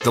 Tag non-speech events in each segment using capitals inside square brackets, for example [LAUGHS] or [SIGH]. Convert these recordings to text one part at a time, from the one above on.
The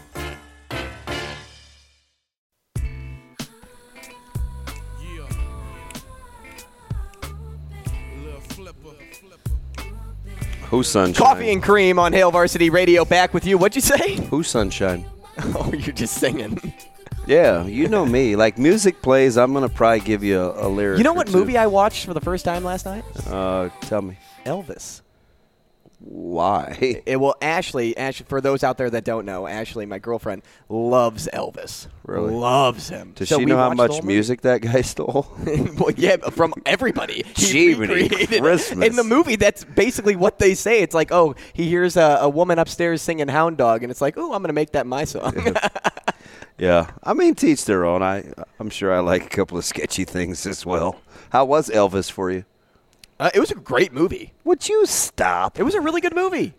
Yeah. Lil' flipper. Who sunshine? Coffee and cream on Hale Varsity Radio. Back with you. What'd you say? [LAUGHS] Who sunshine? Oh, you're just singing. Yeah, you know me. Like music plays, I'm gonna probably give you a, a lyric. You know what movie I watched for the first time last night? Uh, tell me Elvis. [LAUGHS] why? It well, Ashley, Ash, for those out there that don't know, Ashley, my girlfriend, loves Elvis. Really? loves him. Does So she we know how watched the much whole music that guy [LAUGHS] stole? movie. [LAUGHS] well, yeah, but from [LAUGHS] everybody. He Jiminy recreated it. Christmas. In the movie, that's basically what they say. It's like, oh, he hears a, a woman upstairs singing "Hound Dog," and it's like, oh, I'm gonna make that my song. yeah, I mean, teach their own. I, I'm sure I like a couple of sketchy things as well. How was Elvis for you? [LAUGHS] uh, it was a great movie. Would you stop? It was a really good movie.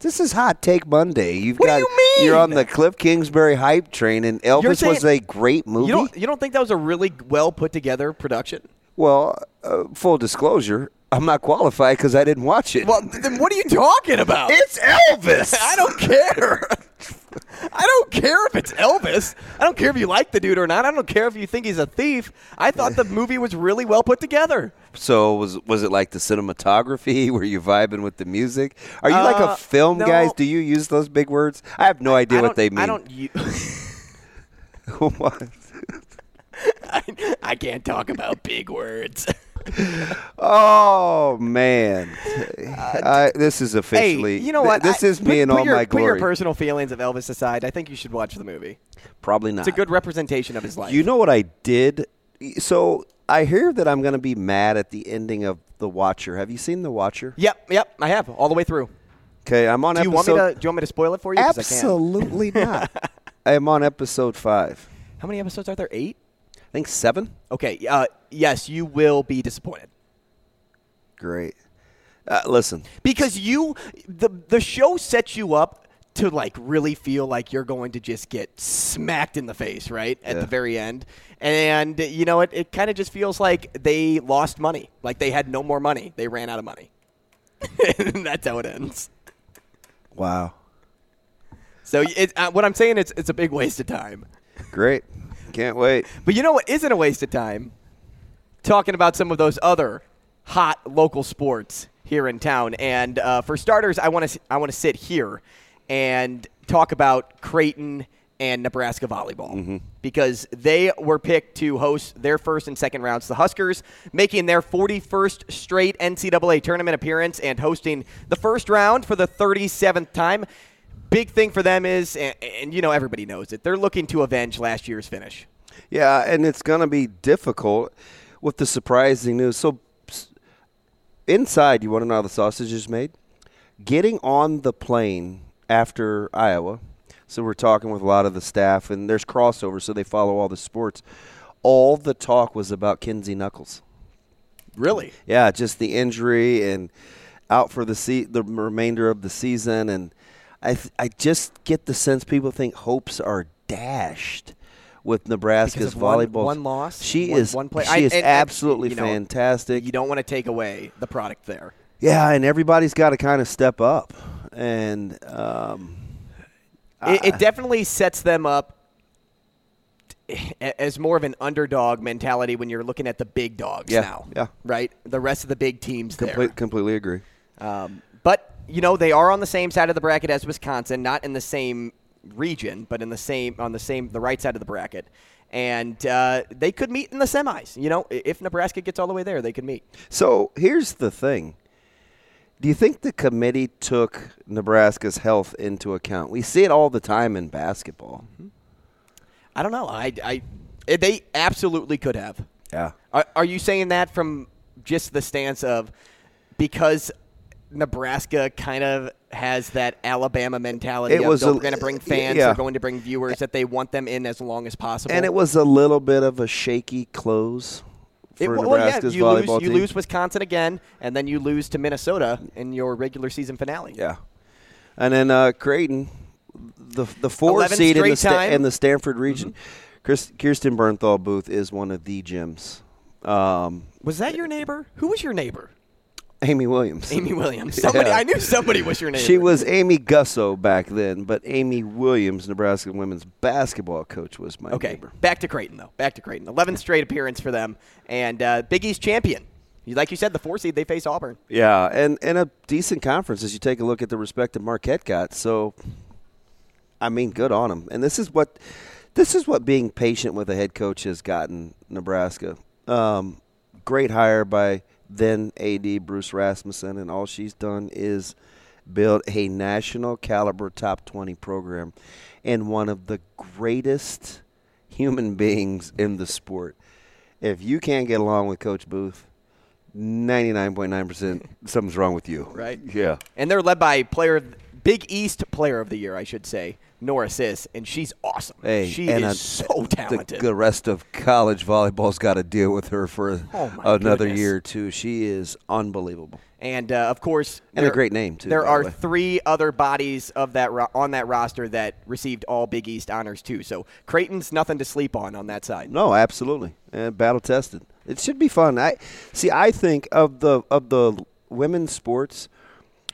This is Hot Take Monday. You've What do got you mean? you're on the Cliff Kingsbury hype train, and Elvis saying- was a great movie. You don't you don't think that was a really well put together production? well, uh, full disclosure, I'm not qualified because I didn't watch it. Well, th- then what are you talking about? it's Elvis. [LAUGHS] I don't care. [LAUGHS] I don't care if it's Elvis. I don't care if you like the dude or not. I don't care if you think he's a thief. I thought the movie was really well put together. So was was it like the cinematography? [LAUGHS] Were you vibing with the music? Are you like Uh, a film no. guys? Do you use those big words? I have no idea I what don't, they mean. I don't. u- [LAUGHS] What? [LAUGHS] I, I can't talk about big words. oh man, I, this is officially. [LAUGHS] Uh, hey, you know th- what? This I- is me put- in put all your, my Put your glory. personal feelings of Elvis aside. I think you should watch the movie. Probably not. It's a good representation of his life. You know what I did? So I hear that I'm going to be mad at the ending of The Watcher. Have you seen The Watcher? Yep, yep. I have all the way through. Okay, I'm on Do you want episode. me to? Do you want me to spoil it for you? 'Cause I can. Absolutely not. [LAUGHS] I'm on episode five. How many episodes are there? Eight. I think seven. Okay. Uh, yes, you will be disappointed. Great. Uh, listen, because you the the show sets you up to like really feel like you're going to just get smacked in the face right at Yeah. the very end and you know it, it kind of just feels like they lost money like they had no more money they ran out of money [LAUGHS] and that's how it ends wow, so it, uh, what i'm saying is it's a big waste of time great. Can't wait. but you know what isn't a waste of time talking about some of those other hot local sports here in town. And uh, for starters, I want to I want to sit here and talk about Creighton and Nebraska volleyball because they were picked to host their first and second rounds. The Huskers making their 41st straight NCAA tournament appearance and hosting the first round for the 37th time. Big thing for them is, and, and you know everybody knows it, they're looking to avenge last year's finish. Yeah, and it's going to be difficult with the surprising news. So, s- inside, you want to know how the sausage is made? Getting on the plane after Iowa. So, we're talking with a lot of the staff, and there's crossover, so they follow all the sports. All the talk was about Kinsey Knuckles. Really? Yeah, just the injury and out for the se- the remainder of the season, and I th- I just get the sense people think hopes are dashed with Nebraska's Because of one- volleyball. one loss, she one- is one play. She I- is and- and, absolutely you know, fantastic. You don't want to take away the product there. yeah, and everybody's got to kind of step up, and um, Uh, It, it definitely sets them up a- as more of an underdog mentality when you're looking at the big dogs Yeah, now. yeah. Right? The rest of the big teams complete, there. completely agree. Um, but you know they are on the same side of the bracket as Wisconsin, not in the same region, but in the same on the same the right side of the bracket, and uh, they could meet in the semis. You know, i- if Nebraska gets all the way there, they could meet. So here's the thing. Do you think the committee took Nebraska's health into account? We see it all the time in basketball. Mm-hmm. I don't know. I, I it- they absolutely could have. Yeah. Are, are you saying that from just the stance of because Nebraska kind of has that Alabama mentality. It of was they're a- going to bring fans, yeah. they're going to bring viewers, that they want them in as long as possible. And it was a little bit of a shaky close for It- well, Nebraska's yeah, you volleyball lose, team. You lose Wisconsin again, and then you lose to Minnesota in your regular season finale. Yeah, and then uh, Creighton, the the four 11th seed in the straight sta- time. Mm-hmm. in the Stanford region. Chris, Kirsten Bernthal Booth is one of the gems. Um, Was that your neighbor? Who was your neighbor? Amy Williams. Amy Williams. Somebody, I knew somebody was your neighbor. [LAUGHS] She was Amy Gusso back then, but Amy Williams, Nebraska women's basketball coach, was my Okay, neighbor. back to Creighton though. Back to Creighton. 11th straight appearance for them, and uh, Big East champion. You- Like you said, the four seed they face Auburn. Yeah, and, and a decent conference as you take a look at the respect that Marquette got. So, I mean, good on them. And this is what this is what being patient with a head coach has gotten Nebraska. Um, great hire by then AD Bruce Rasmussen, and all she's done is build a national caliber top twenty program and one of the greatest human beings in the sport. If you can't get along with Coach Booth, ninety nine point nine percent something's wrong with you. Right. Yeah. And they're led by player, Big East player of the year, I should say, Nora Sis, and she's awesome. Hey, she and is a- so talented. The, the rest of college volleyball's got to deal with her for Oh, my another goodness. year or two. She is unbelievable. And uh, of course, And a great name, too, There by the are way. three other bodies of that ro- on that roster that received all Big East honors too. So Creighton's nothing to sleep on on that side. No, absolutely, and battle tested. It should be fun. I see. I think of the of the women's sports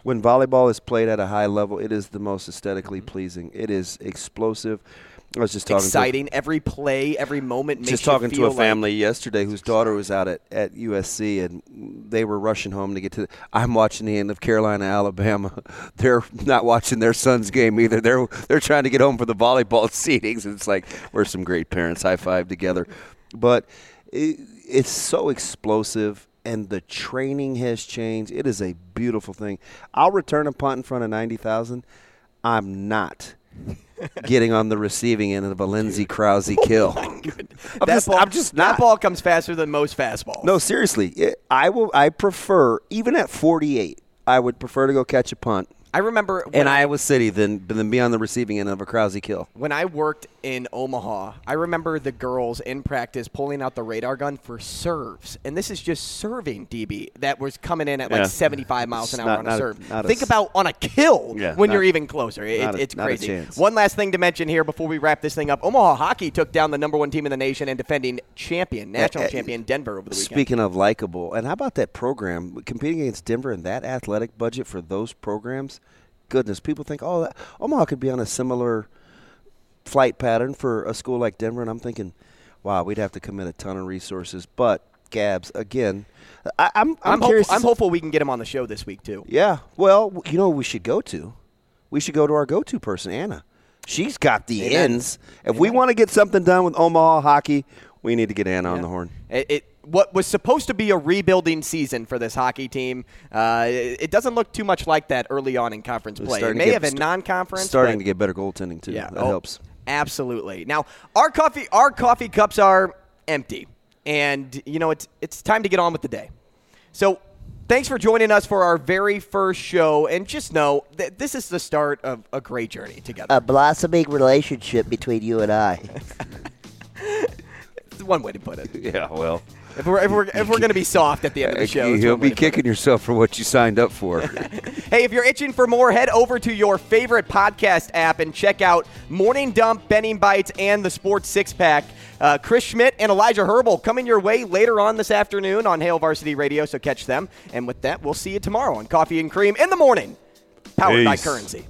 when volleyball is played at a high level, it is the most aesthetically Mm-hmm. pleasing. It is explosive. I was just talking to Exciting. Every play, every moment. Makes just you talking to feel a like- [LAUGHS] family yesterday whose daughter was out at, at USC and they were rushing home to get to. The, I'm watching the end of Carolina Alabama. [LAUGHS] They're not watching their son's game either. They're they're trying to get home for the volleyball [LAUGHS] seatings. It's like we're some great parents. High five together, but it, it's so explosive. And the training has changed. It is a beautiful thing. I'll return a punt in front of ninety thousand. I'm [LAUGHS] not getting on the receiving end of a Lindsey Krause kill. [LAUGHS] Oh I'm, that just, ball, I'm just that not. ball comes faster than most fastballs. No, seriously. It, I will. I prefer even at 48. I would prefer to go catch a punt I remember in when I Iowa City than than be on the receiving end of a Krause kill. when I worked in Omaha, I remember the girls in practice pulling out the radar gun for serves, and this is just serving DB that was coming in at like Yeah. 75 miles an It's hour not- on a not a- serve. not a Think s- about on a kill Yeah, when not- you're even closer. It- not a- it's not a crazy. chance. One last thing to mention here before we wrap this thing up: Omaha hockey took down the number one team in the nation and defending champion, national eh, champion Denver over the weekend. Speaking of likable, and how about that program competing against Denver and that athletic budget for those programs? Goodness, people think, oh, that, Omaha could be on a similar flight pattern for a school like Denver, and I'm thinking, wow, we'd have to commit a ton of resources. But Gabs, again, I, I'm, I'm I'm, curious. hopeful, to I'm see- hopeful we can get him on the show this week too. Yeah. Well, w- you know who we should go to? We should go to our go-to person, Anna. She's got the Amen. ends. If we want to get something done with Omaha hockey, we need to get Anna on the Yeah. horn. It, it what was supposed to be a rebuilding season for this hockey team. Uh, it, it doesn't look too much like that early on in conference It's play. It starting to may get- have a non-conference. Starting but- to get better goaltending too. yeah, that oh, helps. Absolutely. Now our coffee our coffee cups are empty, and you know it's it's time to get on with the day. So. Thanks for joining us for our very first show, and just know that this is the start of a great journey together. a blossoming relationship between you and I. It's one way to put it. [LAUGHS] Yeah. Well, If we're if we're, if we're going to be soft at the end of the show, it's you'll one way be to put it. kicking yourself for what you signed up [LAUGHS] for. Hey, if you're itching for more, head over to your favorite podcast app and check out Morning Dump, Betting Bites, and the Sports Six Pack. Uh, Chris Schmidt and Elijah Herbal coming your way later on this afternoon on Hale Varsity Radio, so catch them. And with that, we'll see you tomorrow on Coffee and Cream in the Morning, powered by Peace. Currency.